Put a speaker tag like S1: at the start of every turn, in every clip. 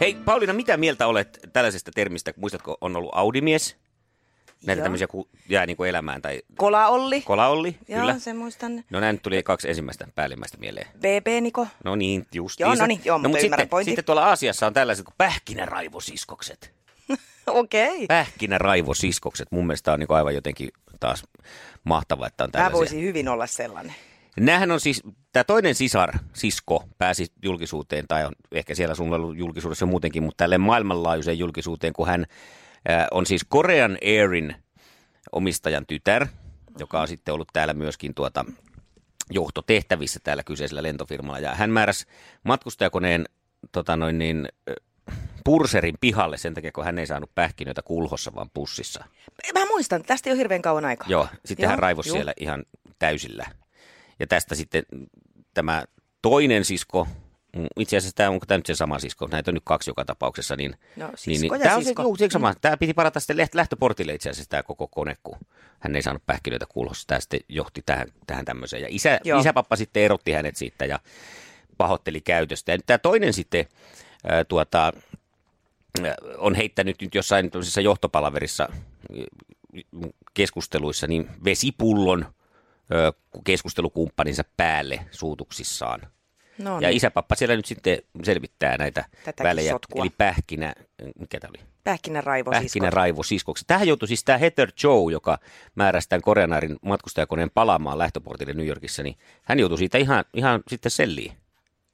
S1: Hei Pauliina, mitä mieltä olet tällaisesta termistä? Muistatko, on ollut Audimies? Näitä
S2: Joo.
S1: tämmöisiä, kun jää niin kuin elämään. Tai
S2: Kola Olli.
S1: Kolaolli,
S2: Joo,
S1: kyllä.
S2: sen muistan.
S1: No näin nyt tuli kaksi ensimmäistä päällimmäistä mieleen.
S2: BB Niko.
S1: No niin, just
S2: Joo, no niin, joo, mutta ymmärrän
S1: sitten,
S2: pointin.
S1: sitten tuolla Aasiassa on tällaiset kuin pähkinäraivosiskokset.
S2: Okei. Okay.
S1: Pähkinäraivosiskokset. Mun mielestä on niin aivan jotenkin taas mahtavaa, että on
S2: Mä
S1: tällaisia.
S2: voisin hyvin olla sellainen.
S1: Nämähän on siis, tämä toinen sisar, sisko, pääsi julkisuuteen, tai on ehkä siellä sun ollut julkisuudessa muutenkin, mutta tälle maailmanlaajuiseen julkisuuteen, kun hän äh, on siis Korean Airin omistajan tytär, joka on sitten ollut täällä myöskin tuota johtotehtävissä täällä kyseisellä lentofirmalla. Ja hän määräsi matkustajakoneen tota noin niin, äh, purserin pihalle sen takia, kun hän ei saanut pähkinöitä kulhossa, vaan pussissa.
S2: Mä muistan, tästä ei ole hirveän kauan aikaa.
S1: Joo, sitten
S2: Joo,
S1: hän raivosi
S2: juu.
S1: siellä ihan täysillä. Ja tästä sitten tämä toinen sisko, mm, itse asiassa tämä, onko tämä nyt se sama sisko, näitä on nyt kaksi joka tapauksessa, niin,
S2: No, sisko
S1: niin,
S2: ja
S1: tämä on se,
S2: sisko.
S1: juu, se sama. Tämä piti parata sitten läht- lähtöportille itse asiassa tämä koko kone, kun hän ei saanut pähkinöitä kulhossa. Tämä sitten johti tähän, tähän tämmöiseen. Ja isä,
S2: Joo.
S1: isäpappa sitten erotti hänet siitä ja pahoitteli käytöstä. Ja nyt tämä toinen sitten ää, tuota, äh, on heittänyt nyt jossain tämmöisessä johtopalaverissa äh, keskusteluissa niin vesipullon ö, keskustelukumppaninsa päälle suutuksissaan.
S2: No,
S1: On. Ja isäpappa siellä nyt sitten selvittää näitä
S2: Tätäkin
S1: välejä.
S2: sotkua.
S1: Eli pähkinä, mikä tämä oli?
S2: Pähkinän raivo siis.
S1: Pähkinä Raivo siskoksi. Tähän joutui siis tämä Heather Joe, joka määräsi tämän Koreanaarin matkustajakoneen palaamaan lähtöportille New Yorkissa, niin hän joutui siitä ihan, ihan sitten selliin.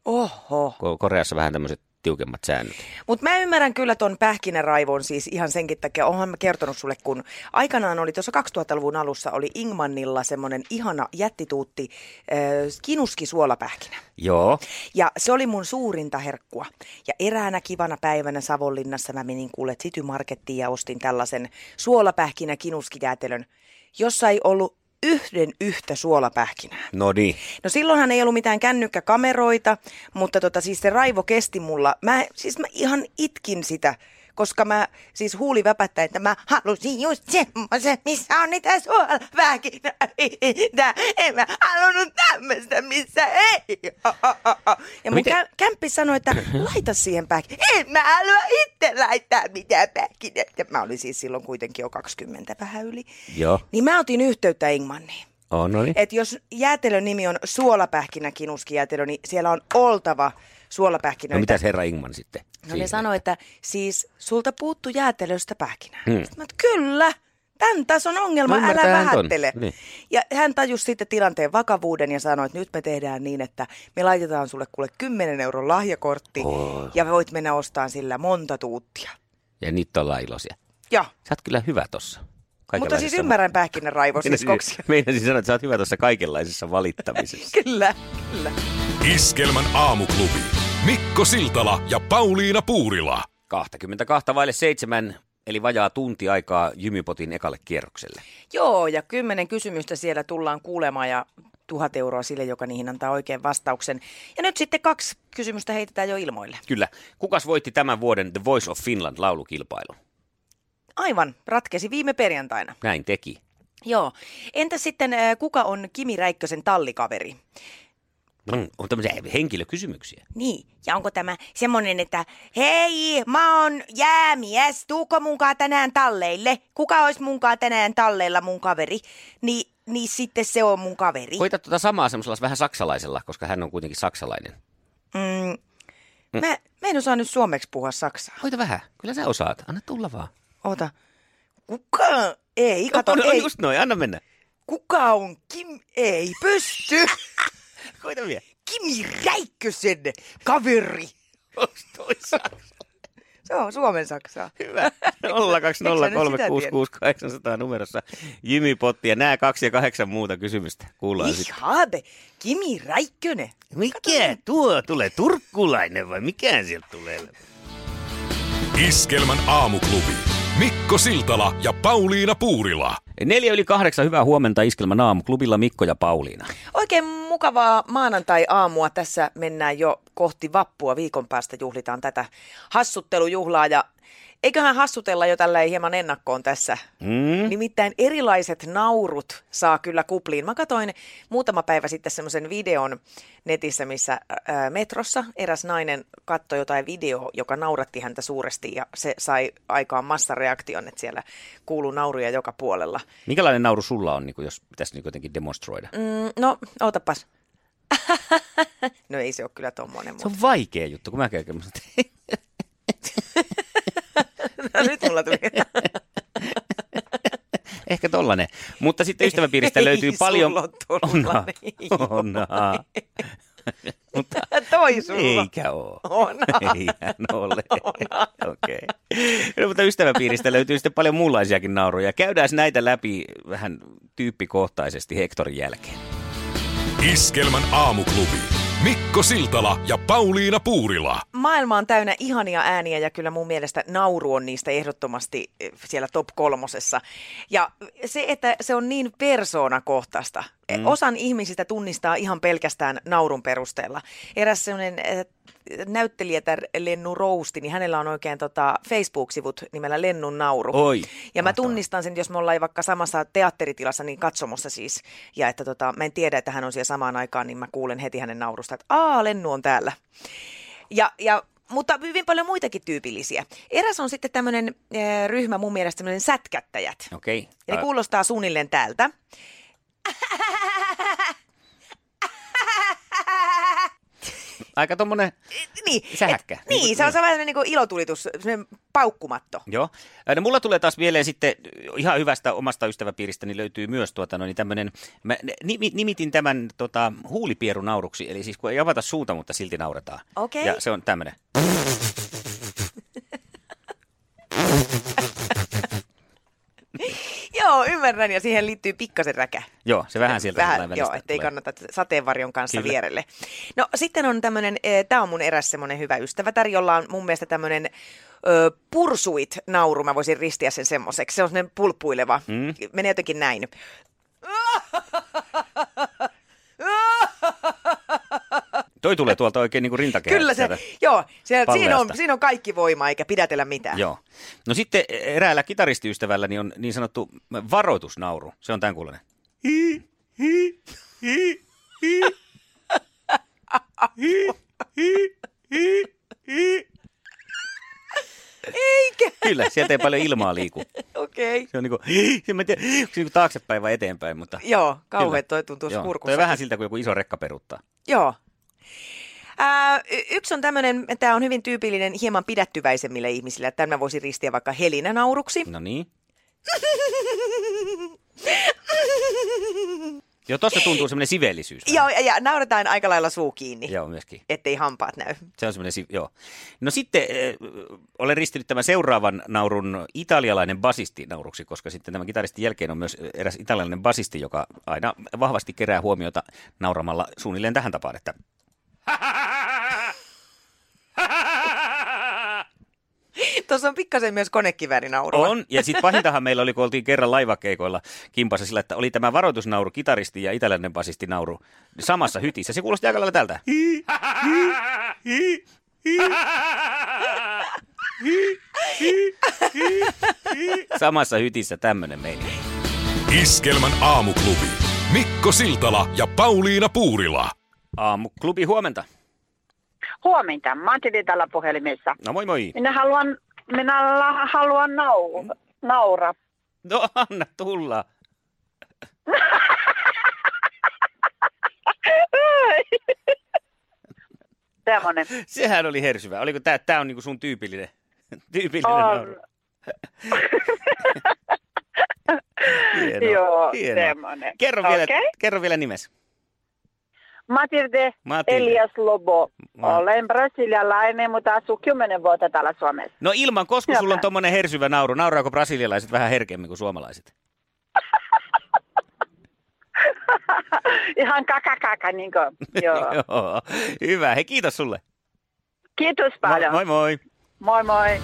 S2: Oho.
S1: Ko- Koreassa vähän tämmöiset tiukemmat säännöt.
S2: Mutta mä ymmärrän kyllä ton pähkinäraivon siis ihan senkin takia. Onhan mä kertonut sulle, kun aikanaan oli tuossa 2000-luvun alussa oli Ingmannilla semmoinen ihana jättituutti äh, kinuski suolapähkinä.
S1: Joo.
S2: Ja se oli mun suurinta herkkua. Ja eräänä kivana päivänä Savonlinnassa mä menin kuule City Markettiin ja ostin tällaisen suolapähkinä kinuskijäätelön, jossa ei ollut yhden yhtä suolapähkinää.
S1: No niin.
S2: No silloinhan ei ollut mitään kännykkäkameroita, mutta tota, siis se raivo kesti mulla. Mä, siis mä ihan itkin sitä, koska mä siis huuli väpättä, että mä halusin just semmoisen, missä on niitä suolapähkinöitä. En mä halunnut tämmöistä, missä ei oo. Ja mun
S1: miten-
S2: kä- kämppi sanoi, että laita siihen pähkinä. En mä halua itse laittaa mitään pähkinä. Mä olin siis silloin kuitenkin jo 20 vähän yli.
S1: Joo.
S2: Niin mä otin yhteyttä Ingmanniin.
S1: Oh, no niin.
S2: Et jos jäätelön nimi on suolapähkinä kinuskijäätelö, niin siellä on oltava suolapähkinöitä.
S1: No mitäs herra Ingman sitten?
S2: no ne
S1: Siihen.
S2: sanoi, että siis sulta puuttu jäätelöstä pähkinää. Hmm. Mä, oon, kyllä, tämän tässä on ongelma,
S1: Niin. No
S2: no, älä
S1: ymmärtää hän ton.
S2: vähättele.
S1: Niin.
S2: Ja hän tajusi sitten tilanteen vakavuuden ja sanoi, että nyt me tehdään niin, että me laitetaan sulle kuule 10 euron lahjakortti
S1: Oh.
S2: ja voit mennä ostamaan sillä monta tuuttia.
S1: Ja nyt ollaan iloisia.
S2: Ja,
S1: Sä oot kyllä hyvä tossa.
S2: mutta siis
S1: Kaikenlaisessa-
S2: ymmärrän pähkinän raivosiskoksi.
S1: Meinasin- Meinasin sanoa, että sä oot hyvä tuossa kaikenlaisessa valittamisessa.
S2: kyllä, kyllä.
S3: Iskelmän aamuklubi. Mikko Siltala ja Pauliina Puurila.
S1: 22 vaille 7, eli vajaa tunti aikaa Jymypotin ekalle kierrokselle.
S2: Joo, ja kymmenen kysymystä siellä tullaan kuulemaan ja tuhat euroa sille, joka niihin antaa oikein vastauksen. Ja nyt sitten kaksi kysymystä heitetään jo ilmoille.
S1: Kyllä. Kukas voitti tämän vuoden The Voice of Finland laulukilpailu?
S2: Aivan, ratkesi viime perjantaina.
S1: Näin teki.
S2: Joo. Entä sitten, äh, kuka on Kimi Räikkösen tallikaveri?
S1: Mm, On tämmöisiä henkilökysymyksiä.
S2: Niin, ja onko tämä semmonen, että hei, mä oon jäämies, tuuko munkaa tänään talleille? Kuka olisi munkaa tänään talleilla mun kaveri? Ni, niin sitten se on mun kaveri.
S1: Koita tuota samaa semmoisella vähän saksalaisella, koska hän on kuitenkin saksalainen.
S2: Mm. Mä, mä en osaa nyt suomeksi puhua saksaa.
S1: Hoita vähän. Kyllä sä osaat. Anna tulla vaan.
S2: Ota. Kuka? Ei, kato,
S1: on, on
S2: ei.
S1: just noin. Anna mennä.
S2: Kuka on Kim? Ei pysty.
S1: Koita vielä.
S2: Kimi Räikkösen kaveri.
S1: Onks toi saksa?
S2: Se on Suomen Saksaa.
S1: Hyvä. 020366800 numerossa Jimmy Potti ja nämä kaksi ja kahdeksan muuta kysymystä. Kuullaan sitten.
S2: Ihabe, Kimi Räikkönen.
S1: Mikä tuo tulee? Turkkulainen vai mikä sieltä tulee?
S3: Iskelmän aamuklubi. Mikko Siltala ja Pauliina Puurila.
S1: Neljä yli kahdeksan. Hyvää huomenta Iskelmän aamuklubilla Mikko ja Pauliina.
S2: Oikein mukavaa maanantai-aamua. Tässä mennään jo kohti vappua. Viikon päästä juhlitaan tätä hassuttelujuhlaa ja eiköhän hassutella jo tälleen hieman ennakkoon tässä.
S1: Mm?
S2: Nimittäin erilaiset naurut saa kyllä kupliin. Mä katsoin muutama päivä sitten semmoisen videon netissä, missä ää, metrossa eräs nainen katsoi jotain videoa, joka nauratti häntä suuresti ja se sai aikaan massareaktion, että siellä kuuluu nauruja joka puolella.
S1: Minkälainen nauru sulla on, niin kuin jos pitäisi niin jotenkin demonstroida?
S2: Mm, no, ootapas. no ei se ole kyllä
S1: Se
S2: tommonen, mutta
S1: on vaikea juttu, kun mä kerron.
S2: nyt mulla tuli.
S1: Ehkä tollanen. Mutta sitten ystäväpiiristä
S2: Ei
S1: löytyy paljon...
S2: sulla ole
S1: Onhan.
S2: tollanen.
S1: Onhan. Mutta
S2: Toi sulla.
S1: eikä oo.
S2: Onhan.
S1: Eihän ole. Okei. No, mutta ystäväpiiristä löytyy sitten paljon muunlaisiakin nauruja. Käydään näitä läpi vähän tyyppikohtaisesti Hektorin jälkeen.
S3: Iskelmän aamuklubi. Mikko Siltala ja Pauliina Puurila.
S2: Maailma on täynnä ihania ääniä ja kyllä mun mielestä nauru on niistä ehdottomasti eh, siellä top kolmosessa. Ja se, että se on niin persoonakohtaista. Mm. Osan ihmisistä tunnistaa ihan pelkästään naurun perusteella. Eräs sellainen eh, näyttelijätär Lennu Rousti, niin hänellä on oikein tota Facebook-sivut nimellä Lennun nauru.
S1: Oi,
S2: Ja mä
S1: mahtavaa.
S2: tunnistan sen, jos me ollaan vaikka samassa teatteritilassa, niin katsomossa siis. Ja että tota, mä en tiedä, että hän on siellä samaan aikaan, niin mä kuulen heti hänen naurusta, että aa, Lennu on täällä. Ja, ja, mutta hyvin paljon muitakin tyypillisiä. Eräs on sitten tämmöinen eh, ryhmä mun mielestä tämmöinen sätkättäjät.
S1: Okei.
S2: Eli
S1: Ä-
S2: kuulostaa suunnilleen tältä.
S1: Aika tommonen
S2: Niin,
S1: Sähäkkä.
S2: Et, niin, se on sellainen niin kuin ilotulitus, semmoinen paukkumatto.
S1: Joo. Ää, No mulla tulee taas mieleen sitten ihan hyvästä omasta ystäväpiiristäni niin löytyy myös tuota, no, niin tämmönen, mä nimi- nimitin tämän tota, huulipierunauruksi, eli siis kun ei avata suuta, mutta silti nauretaan.
S2: Okei.
S1: Ja se on tämmönen.
S2: Joo, ymmärrän, ja siihen liittyy pikkasen räkä.
S1: Joo, se vähän sieltä
S2: Vähän,
S1: sellainen
S2: joo,
S1: välistä
S2: ettei
S1: tulee.
S2: kannata sateenvarjon kanssa
S1: Kyllä.
S2: Kyllä. vierelle. No sitten on tämmöinen, tämä on mun eräs semmoinen hyvä ystävätär, jolla on mun mielestä tämmöinen pursuit nauru, mä voisin ristiä sen semmoiseksi. Se on semmoinen pulppuileva, mm. menee jotenkin näin.
S1: Toi tulee tuolta oikein niin kuin rintakehä.
S2: Kyllä se,
S1: sieltä.
S2: joo, se, siinä, on,
S1: palleasta.
S2: siinä on kaikki voima eikä pidätellä mitään.
S1: Joo. No sitten eräällä kitaristiystävällä niin on niin sanottu varoitusnauru. Se on tämän kuulonen.
S2: Eikä,
S1: Kyllä, sieltä ei paljon ilmaa liiku.
S2: okei. Okay.
S1: Se on niin kuin, en mä tiedä, onko se niin kuin taaksepäin vai eteenpäin, mutta...
S2: Joo,
S1: Kyllä.
S2: kauhean toi tuntuu
S1: Joo.
S2: kurkussa.
S1: Toi vähän siltä, kuin joku iso rekka peruuttaa.
S2: Joo. Ää, y- yksi on tämmöinen, tämä on hyvin tyypillinen hieman pidättyväisemmille ihmisille. Tämä voisi ristiä vaikka helinänauruksi.
S1: No niin. Joo, tossa tuntuu semmoinen sivellisyys. vähän.
S2: Joo, ja, ja nauretaan aika lailla suu kiinni,
S1: Joo, myöskin.
S2: ettei hampaat näy.
S1: Se on semmoinen, si- joo. No sitten eh, olen ristinyt tämän seuraavan naurun italialainen basisti nauruksi, koska sitten tämän kitaristin jälkeen on myös eräs italialainen basisti, joka aina vahvasti kerää huomiota nauramalla suunnilleen tähän tapaan, että
S2: Tuossa on pikkasen myös konekivärinauru.
S1: On, ja sitten pahintahan meillä oli, kun oltiin kerran laivakeikoilla kimpassa sillä, että oli tämä varoitusnauru, kitaristi ja italialainen basisti nauru samassa hytissä. Se kuulosti aika lailla tältä. Samassa hytissä tämmöinen meini.
S3: Iskelmän aamuklubi. Mikko Siltala ja Pauliina Puurila.
S1: Aamuklubi, huomenta.
S4: Huomenta, mä oon Titi täällä puhelimessa.
S1: No moi moi.
S4: Minä haluan, minä la, haluan
S1: Mm.
S4: nau, nauraa.
S1: No anna tulla.
S4: Semmoinen.
S1: Sehän oli hersyvä. Oliko tää, tää on niinku sun tyypillinen, tyypillinen
S4: On.
S1: nauru? Hienoa,
S4: Joo,
S1: hienoa.
S4: semmoinen.
S1: Kerro vielä,
S4: Okei.
S1: kerro vielä nimes.
S4: Matilde,
S1: Matilde.
S4: Elias Lobo.
S1: Ma-
S4: Olen brasilialainen, mutta asun kymmenen vuotta täällä Suomessa.
S1: No ilman, koska
S4: Hyvä.
S1: sulla on tommonen hersyvä nauru. Nauraako brasilialaiset vähän herkemmin kuin suomalaiset?
S4: Ihan kakakaka, niin kuin. Joo.
S1: Joo. Hyvä. Hei, kiitos sulle.
S4: Kiitos
S1: Moi
S4: paljon.
S1: moi. moi.
S4: moi. moi.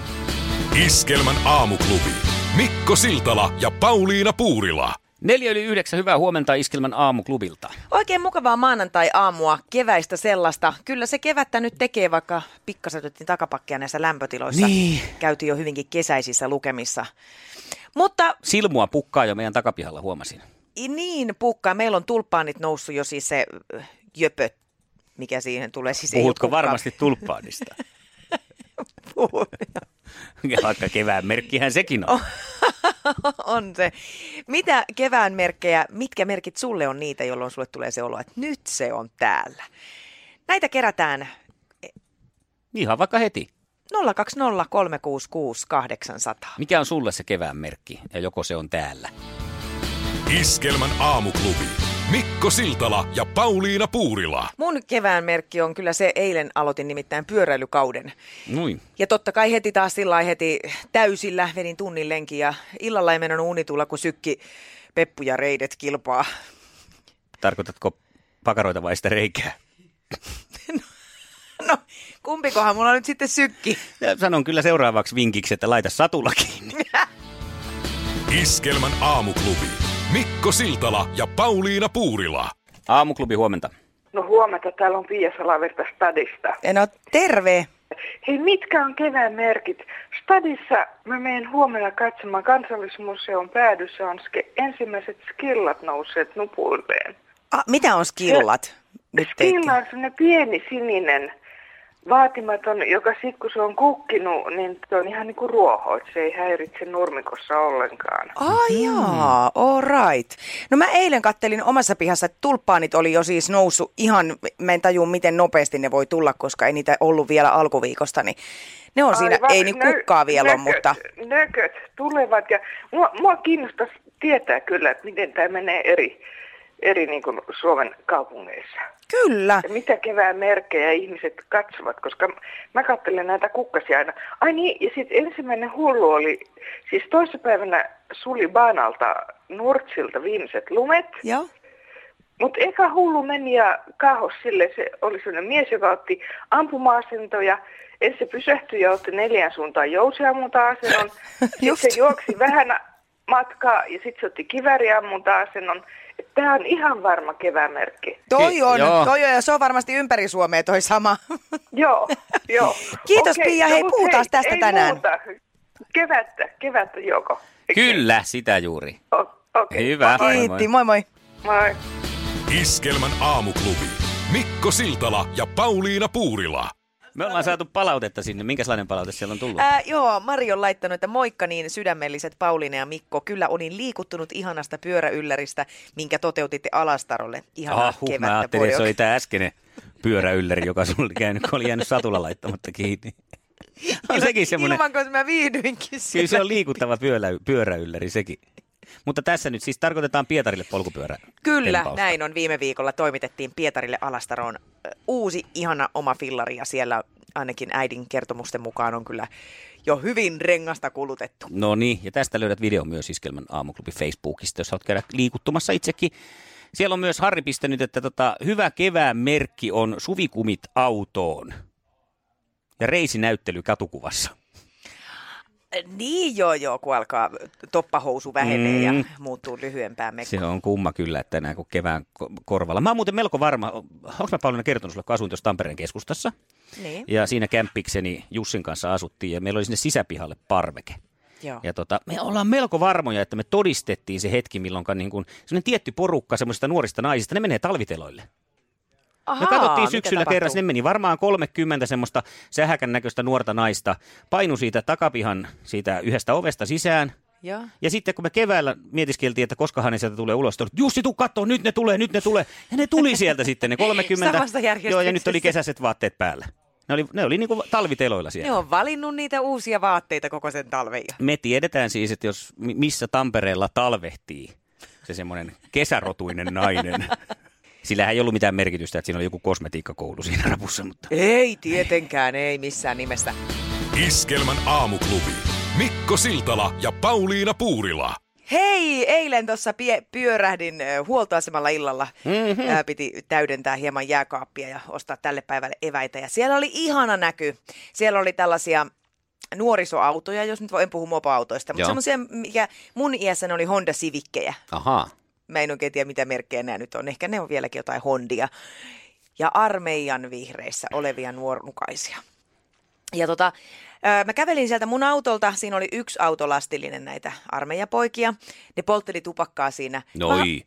S3: Iskelmän aamuklubi. Mikko Siltala ja Pauliina Puurila.
S1: Neljä yli yhdeksän, hyvää huomenta Iskelmän aamuklubilta.
S2: Oikein mukavaa maanantai-aamua, keväistä sellaista. Kyllä se kevättä nyt tekee, vaikka pikkasen otettiin takapakkia näissä lämpötiloissa.
S1: Niin.
S2: Käytiin jo hyvinkin kesäisissä lukemissa. Mutta
S1: Silmua pukkaa jo meidän takapihalla, huomasin.
S2: i- niin, pukkaa. Meillä on tulppaanit noussut jo siis se ö, jöpö, mikä siihen tulee. Siis ei
S1: Puhutko
S2: ole pukkaa.
S1: varmasti tulppaanista?
S2: Puhun.
S1: Ja Vaikka kevään merkkihän sekin on.
S2: Oh. on se. Mitä kevään merkkejä, mitkä merkit sulle on niitä, jolloin sulle tulee se olo, että nyt se on täällä? Näitä kerätään
S1: Ihan vaikka heti.
S2: 020366800.
S1: Mikä on sulle se kevään merkki ja joko se on täällä?
S3: Iskelmän aamuklubi. Mikko Siltala ja Pauliina Puurila.
S2: Mun kevään merkki on kyllä se, eilen aloitin nimittäin pyöräilykauden.
S1: Noin.
S2: Ja totta kai heti taas sillä lailla heti täysillä vedin tunnin lenkin ja illalla ei mennyt unitulla, kun sykki Peppu ja reidet kilpaa.
S1: Tarkoitatko pakaroita vai sitä reikää?
S2: No, kumpikohan mulla nyt sitten sykki?
S1: Ja sanon kyllä seuraavaksi vinkiksi, että laita satula kiinni.
S3: Iskelmän aamuklubi. Mikko Siltala ja Pauliina Puurila.
S1: Aamuklubi huomenta.
S5: No huomenta, täällä on Pia Salaverta Stadista.
S2: No terve.
S5: Hei, mitkä on kevään merkit? Stadissa mä menen huomenna katsomaan kansallismuseon päädyssä on ske- ensimmäiset skillat nousseet nupuilleen.
S2: Ah, mitä on skillat? Nyt teit?
S5: Skilla on sellainen pieni sininen vaatimaton, joka sit kun se on kukkinut, niin se on ihan niin kuin ruoho, että se ei häiritse nurmikossa ollenkaan.
S2: Ai
S1: Mm-hmm.
S2: oh, jaa, all right. No mä eilen kattelin omassa pihassa, että tulppaanit oli jo siis noussut ihan, mä en tajua miten nopeasti ne voi tulla, koska ei niitä ollut vielä alkuviikosta, niin ne on siinä,
S5: Aivan,
S2: ei niin
S5: nö-
S2: kukkaa vielä ole,
S5: nököt-
S2: mutta
S5: Nököt tulevat ja mua, mua kiinnostaisi tietää kyllä, että miten tämä menee eri, eri niin kuin Suomen kaupungeissa.
S2: Ah. kyllä.
S5: Ja mitä kevään merkkejä ihmiset katsovat, koska mä katselen näitä kukkasia aina. Ai niin, ja sitten ensimmäinen hullu oli, siis toissapäivänä suli Baanalta Nurtsilta viimeiset lumet.
S2: Joo.
S5: Mutta eka hullu meni ja kahos sille, se oli sellainen mies, joka otti ampuma-asentoja. Ensin se pysähtyi ja otti neljän suuntaan jousiammunta-asennon. Sitten
S2: Just.
S5: se juoksi vähän matkaa ja sitten se otti kiväriammunta-asennon. Tämä on ihan varma kevämerkki.
S2: Toi
S1: Ki-
S2: on,
S1: joo.
S2: toi on, ja se on varmasti ympäri Suomea toi sama.
S5: Joo, joo.
S2: Kiitos,
S5: Okei,
S2: Pia.
S5: no
S2: Hei,
S5: mut
S2: puhutaan tästä
S5: ei
S2: tänään.
S5: Muuta. Kevättä, kevättä joko.
S1: Kyllä, sitä juuri.
S5: O- Okei.
S1: Hyvä. Moi, moi.
S2: Kiitti, moi moi.
S5: Moi.
S3: Iskelmän aamuklubi. Mikko Siltala ja Pauliina Puurila.
S1: Me ollaan saatu palautetta sinne. Minkälainen palaute siellä on tullut?
S2: Ää, Äh, joo, Mari on laittanut, että moikka niin sydämelliset Pauliina ja Mikko. Kyllä olin liikuttunut ihanasta pyöräylläristä, minkä toteutitte Alastarolle. Ihanaa
S1: Ahuh,
S2: kevättä.
S1: mä ajattelin, että se
S2: pojat.
S1: oli tämä äskeinen pyöräylläri, joka sulla oli käynyt, kun oli jäänyt satula laittamatta kiinni. On sekin semmoinen,
S2: Ilman, kun mä viihdyinkin siellä.
S1: kyllä se on liikuttava pyörä, pyöräylläri sekin. Mutta tässä nyt siis tarkoitetaan Pietarille polkupyörä.
S2: Kyllä,
S1: tempausta.
S2: näin on. Viime viikolla toimitettiin Pietarille Alastaroon ö, uusi ihana oma fillari ja siellä ainakin äidin kertomusten mukaan on kyllä jo hyvin rengasta kulutettu.
S1: No niin, ja tästä löydät video myös Iskelmän aamuklubi Facebookista, jos haluat käydä liikuttumassa itsekin. Siellä on myös Harri pistänyt, että tota, hyvä kevään merkki on suvikumit autoon. Ja reisinäyttely katukuvassa.
S2: Ö, Niin joo joo, kun alkaa toppahousu vähenee mm. ja muuttuu lyhyempään mekkoon.
S1: Se on kumma kyllä, että näin kun kevään ko- korvalla. Mä oon muuten melko varma, onko mä Pauliina kertonut sulle, kun asuin tuossa Tampereen keskustassa.
S2: Niin,
S1: Ja siinä kämppikseni Jussin kanssa asuttiin ja meillä oli sinne sisäpihalle parveke.
S2: joo.
S1: Ja tota, me ollaan melko varmoja, että me todistettiin se hetki, milloin niin kun, sellainen tietty porukka semmoisista nuorista naisista, ne menee talviteloille.
S2: Ahaa,
S1: Me katsottiin
S2: mitä
S1: syksyllä
S2: tapahtuu?
S1: kerran, sinne meni varmaan 30 semmoista sähäkän näköistä nuorta naista, painu siitä takapihan siitä yhdestä ovesta sisään.
S2: Joo.
S1: Ja sitten kun me keväällä mietiskeltiin, että koskahan ne sieltä tulee ulos, tuli, Jussi, tuu kattoo, nyt ne tulee, nyt ne tulee. Ja ne tuli sieltä sitten, ne 30.
S2: Samasta järjestyksessä.
S1: Joo, ja nyt oli kesäiset vaatteet päällä. Ne oli, ne oli niin kuin talviteloilla siellä.
S2: Ne on valinnut niitä uusia vaatteita koko sen talven jo.
S1: Me tiedetään siis, että jos mi- missä Tampereella talvehtii se semmoinen kesärotuinen nainen, Sillähän ei ollut mitään merkitystä, että siinä oli joku kosmetiikkakoulu siinä rapussa, mutta...
S2: Ei tietenkään, ei missään nimessä.
S3: Iskelmän aamuklubi. Mikko Siltala ja Pauliina Puurila.
S2: Hei, eilen tuossa pie- pyörähdin ö, huoltoasemalla illalla. Mm-hmm. Ää, piti täydentää hieman jääkaappia ja ostaa tälle päivälle eväitä. Ja siellä oli ihana näky. Siellä oli tällaisia nuorisoautoja, jos nyt voi- en puhu mopoautoista, mutta
S1: Joo.
S2: semmoisia, mikä mun iässäni oli Honda Civikkejä.
S1: Ahaa.
S2: Mä en oikein tiedä, mitä merkkejä nämä nyt on. Ehkä ne on vieläkin jotain Hondia. Ja armeijan vihreissä olevia nuorukaisia. Ja tota, ö, mä kävelin sieltä mun autolta, siinä oli yksi autolastillinen näitä armeijapoikia. Ne poltteli tupakkaa siinä.
S1: Noi.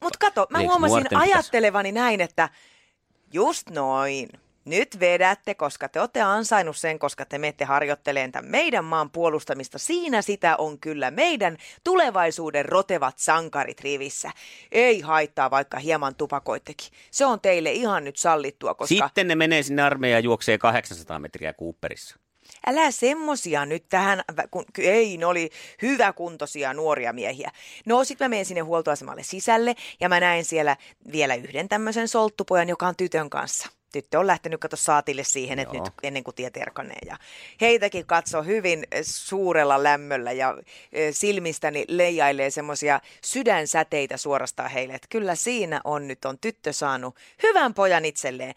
S2: Mutta kato, mä
S1: Eiks
S2: huomasin
S1: nuorten pitäisi?
S2: ajattelevani näin, että just noin. Nyt vedätte, koska te olette ansainnut sen, koska te menette harjoitteleen tämän meidän maan puolustamista. Siinä sitä on kyllä meidän tulevaisuuden rotevat sankarit rivissä. Ei haittaa, vaikka hieman tupakoittekin. Se on teille ihan nyt sallittua, koska
S1: Sitten ne menee sinne armeijaan ja juoksee 800 metriä Cooperissa.
S2: Älä semmosia nyt tähän, vä- kun ky- ei, ne oli hyväkuntoisia nuoria miehiä. No sit mä menen sinne huoltoasemalle sisälle ja mä näen siellä vielä yhden tämmöisen solttupojan, joka on tytön kanssa. Tyttö on lähtenyt kato saatille siihen, että
S1: Joo.
S2: nyt ennen kuin tie terkanee. Ja heitäkin katso hyvin eh, suurella lämmöllä ja eh, silmistäni leijailee semmoisia sydänsäteitä suorastaan heille. Että kyllä siinä on nyt on tyttö saanut hyvän pojan itselleen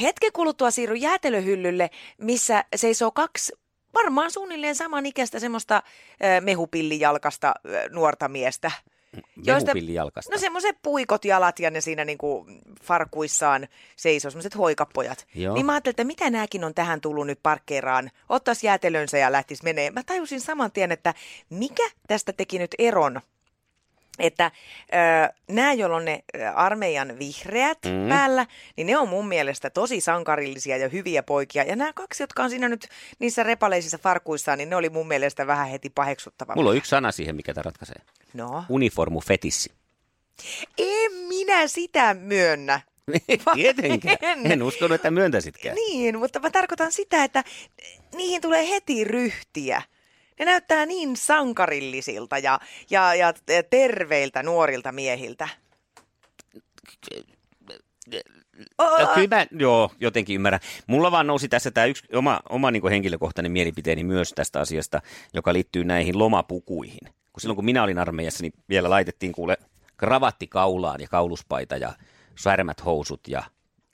S2: hetken kuluttua siirry jäätelöhyllylle, missä seisoo kaksi varmaan suunnilleen samanikäistä semmoista ö, mehupillijalkasta ö, nuorta miestä. Joista-
S1: Mehupillijalkasta.
S2: No semmoiset puikot jalat ja ne siinä niinku farkuissaan seisoo, semmoiset hoikapojat.
S1: Joo.
S2: Niin mä ajattelin, että mitä nämäkin on tähän tullut nyt parkkeeraan, ottaisi jäätelönsä ja lähtisi menee. Mä tajusin saman tien, että mikä tästä teki nyt eron että ö, nämä, joilla on ne ö, armeijan vihreät mm. päällä, niin ne on mun mielestä tosi sankarillisia ja hyviä poikia. Ja nämä kaksi, jotka on siinä nyt niissä repaleisissa farkuissaan, niin ne oli mun mielestä vähän heti paheksuttava.
S1: Mulla on yksi sana siihen, mikä tämä ratkaisee.
S2: No,
S1: Uniformu fetissi.
S2: en minä sitä myönnä.
S1: Tietenkään.
S2: En.
S1: En uskonut, että myöntäisitkään.
S2: Niin, mutta mä tarkoitan sitä, että niihin tulee heti ryhtiä. Ne näyttää niin sankarillisilta ja, ja, ja terveiltä nuorilta miehiltä.
S1: Ja kyllä mä, joo, jotenkin ymmärrän. Mulla vaan nousi tässä tämä yksi oma, oma niin henkilökohtainen mielipiteeni myös tästä asiasta, joka liittyy näihin lomapukuihin. Kun silloin kun minä olin armeijassa, niin vielä laitettiin kuule kravatti kaulaan ja kauluspaita ja särmät housut ja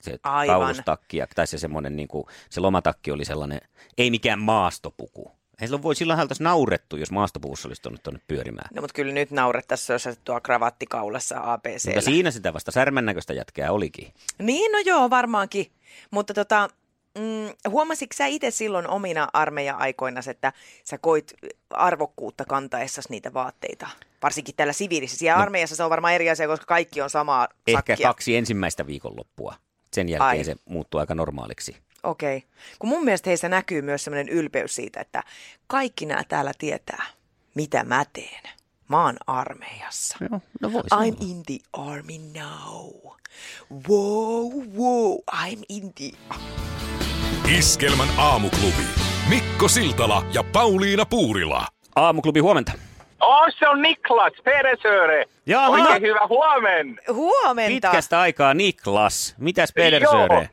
S1: se
S2: Aivan.
S1: kaulustakki. Ja, tai se semmoinen, niin kuin, se lomatakki oli sellainen, ei mikään maastopuku. Ei silloin voi, silloin oltaisiin naurettu, jos maastopuvussa olisi tuonne, tuonne pyörimään.
S2: No mutta kyllä nyt naurettaisiin, jos olisit tuo kravatti kaulassa ABC.
S1: Mutta siinä sitä vasta särmän näköistä jätkää olikin.
S2: Niin, no joo, varmaankin. Mutta tota, mm, huomasitko sä itse silloin omina armeija-aikoina, että sä koit arvokkuutta kantaessasi niitä vaatteita? Varsinkin täällä siviilissä. Siellä no. armeijassa se on varmaan eri asia, koska kaikki on samaa
S1: Ehkä
S2: sakkia.
S1: kaksi ensimmäistä viikonloppua. Sen jälkeen
S2: Ai.
S1: se muuttuu aika normaaliksi.
S2: Okei. Okay. Kun mun mielestä heissä näkyy myös sellainen ylpeys siitä, että kaikki nämä täällä tietää, mitä mä teen. Mä oon armeijassa.
S1: Joo, no voisi
S2: I'm in the army now. Wow, wow, I'm in the
S3: Iskelmän aamuklubi. Mikko Siltala ja Pauliina Puurila.
S1: Aamuklubi huomenta.
S6: Oh, se on Niklas Peresöre.
S1: Jaa,
S6: Oikein
S1: minä-
S6: hyvä huomen.
S2: Huomenta.
S1: Pitkästä aikaa Niklas. Mitäs
S6: Joo.
S1: Pedersöre?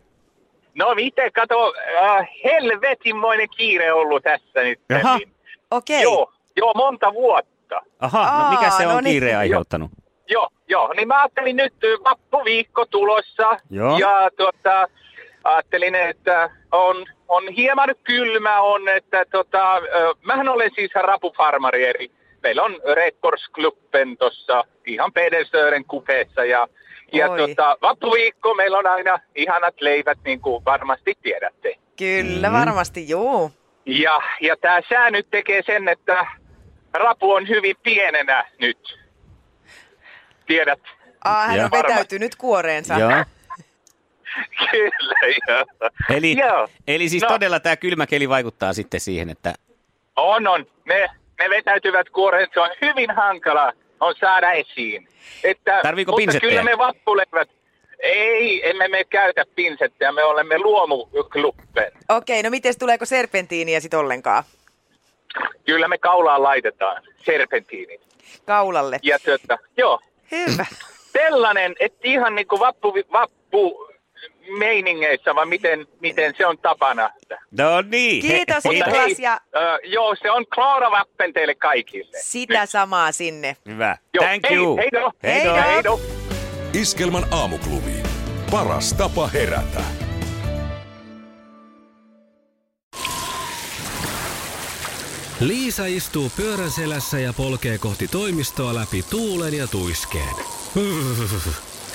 S6: No miten, kato, äh, helvetinmoinen kiire ollut tässä nyt. Niin,
S1: Jaha.
S2: Okei.
S6: Joo, joo, monta vuotta.
S1: Aha, no
S2: Aa,
S1: mikä se on
S2: no
S1: no
S2: niin.
S1: kiire aiheuttanut?
S6: Joo, joo, niin mä ajattelin nyt äh, vappuviikko tulossa.
S1: Joo.
S6: Ja tuota, ajattelin, että on, on hieman kylmä on, että tota, äh, mähän olen siis rapufarmari, eli meillä on Rekorskluppen tuossa ihan Pedersören kupeessa ja ja
S2: Oi.
S6: tota, vappuviikko, meillä on aina ihanat leivät, niin kuin varmasti tiedätte.
S2: Kyllä, mm. varmasti juu.
S6: Ja, ja tämä sää nyt tekee sen, että rapu on hyvin pienenä nyt. Tiedät,
S2: Ah, hän on
S1: Joo.
S2: vetäytynyt kuoreensa.
S1: Joo.
S6: Kyllä, joo.
S1: Eli,
S6: joo.
S1: eli siis
S6: No.
S1: todella tämä kylmä keli vaikuttaa sitten siihen, että
S6: On, on. Ne, ne vetäytyvät kuoreen. Se on hyvin hankala on saada esiin. Että,
S1: Tarviiko
S6: mutta
S1: pinsettejä?
S6: kyllä me vappuleivät. Ei, emme me käytä pinsettejä. Me olemme luomukluppen.
S2: Okei, no miten tuleeko serpentiiniä sitten ollenkaan
S6: Kyllä me kaulaan laitetaan serpentiinit.
S2: kaulalle?
S6: Ja työtä. Joo.
S2: Hyvä.
S6: sellainen, että ihan niin kuin vappu, vappu meiningeissä, vai miten, miten se on tapana.
S1: No niin.
S2: Kiitos Niklas ja
S6: Ö, joo, se on Klaara Vappen teille kaikille.
S2: sitä samaa sinne.
S1: Hyvä.
S6: Joo,
S1: Thank
S6: hei, no.
S1: you. no.
S6: Heido.
S1: Heido.
S6: heido.
S3: Iskelmän aamuklubi. Paras tapa herätä.
S7: Liisa istuu pyörän selässä ja polkee kohti toimistoa läpi tuulen ja tuiskeen.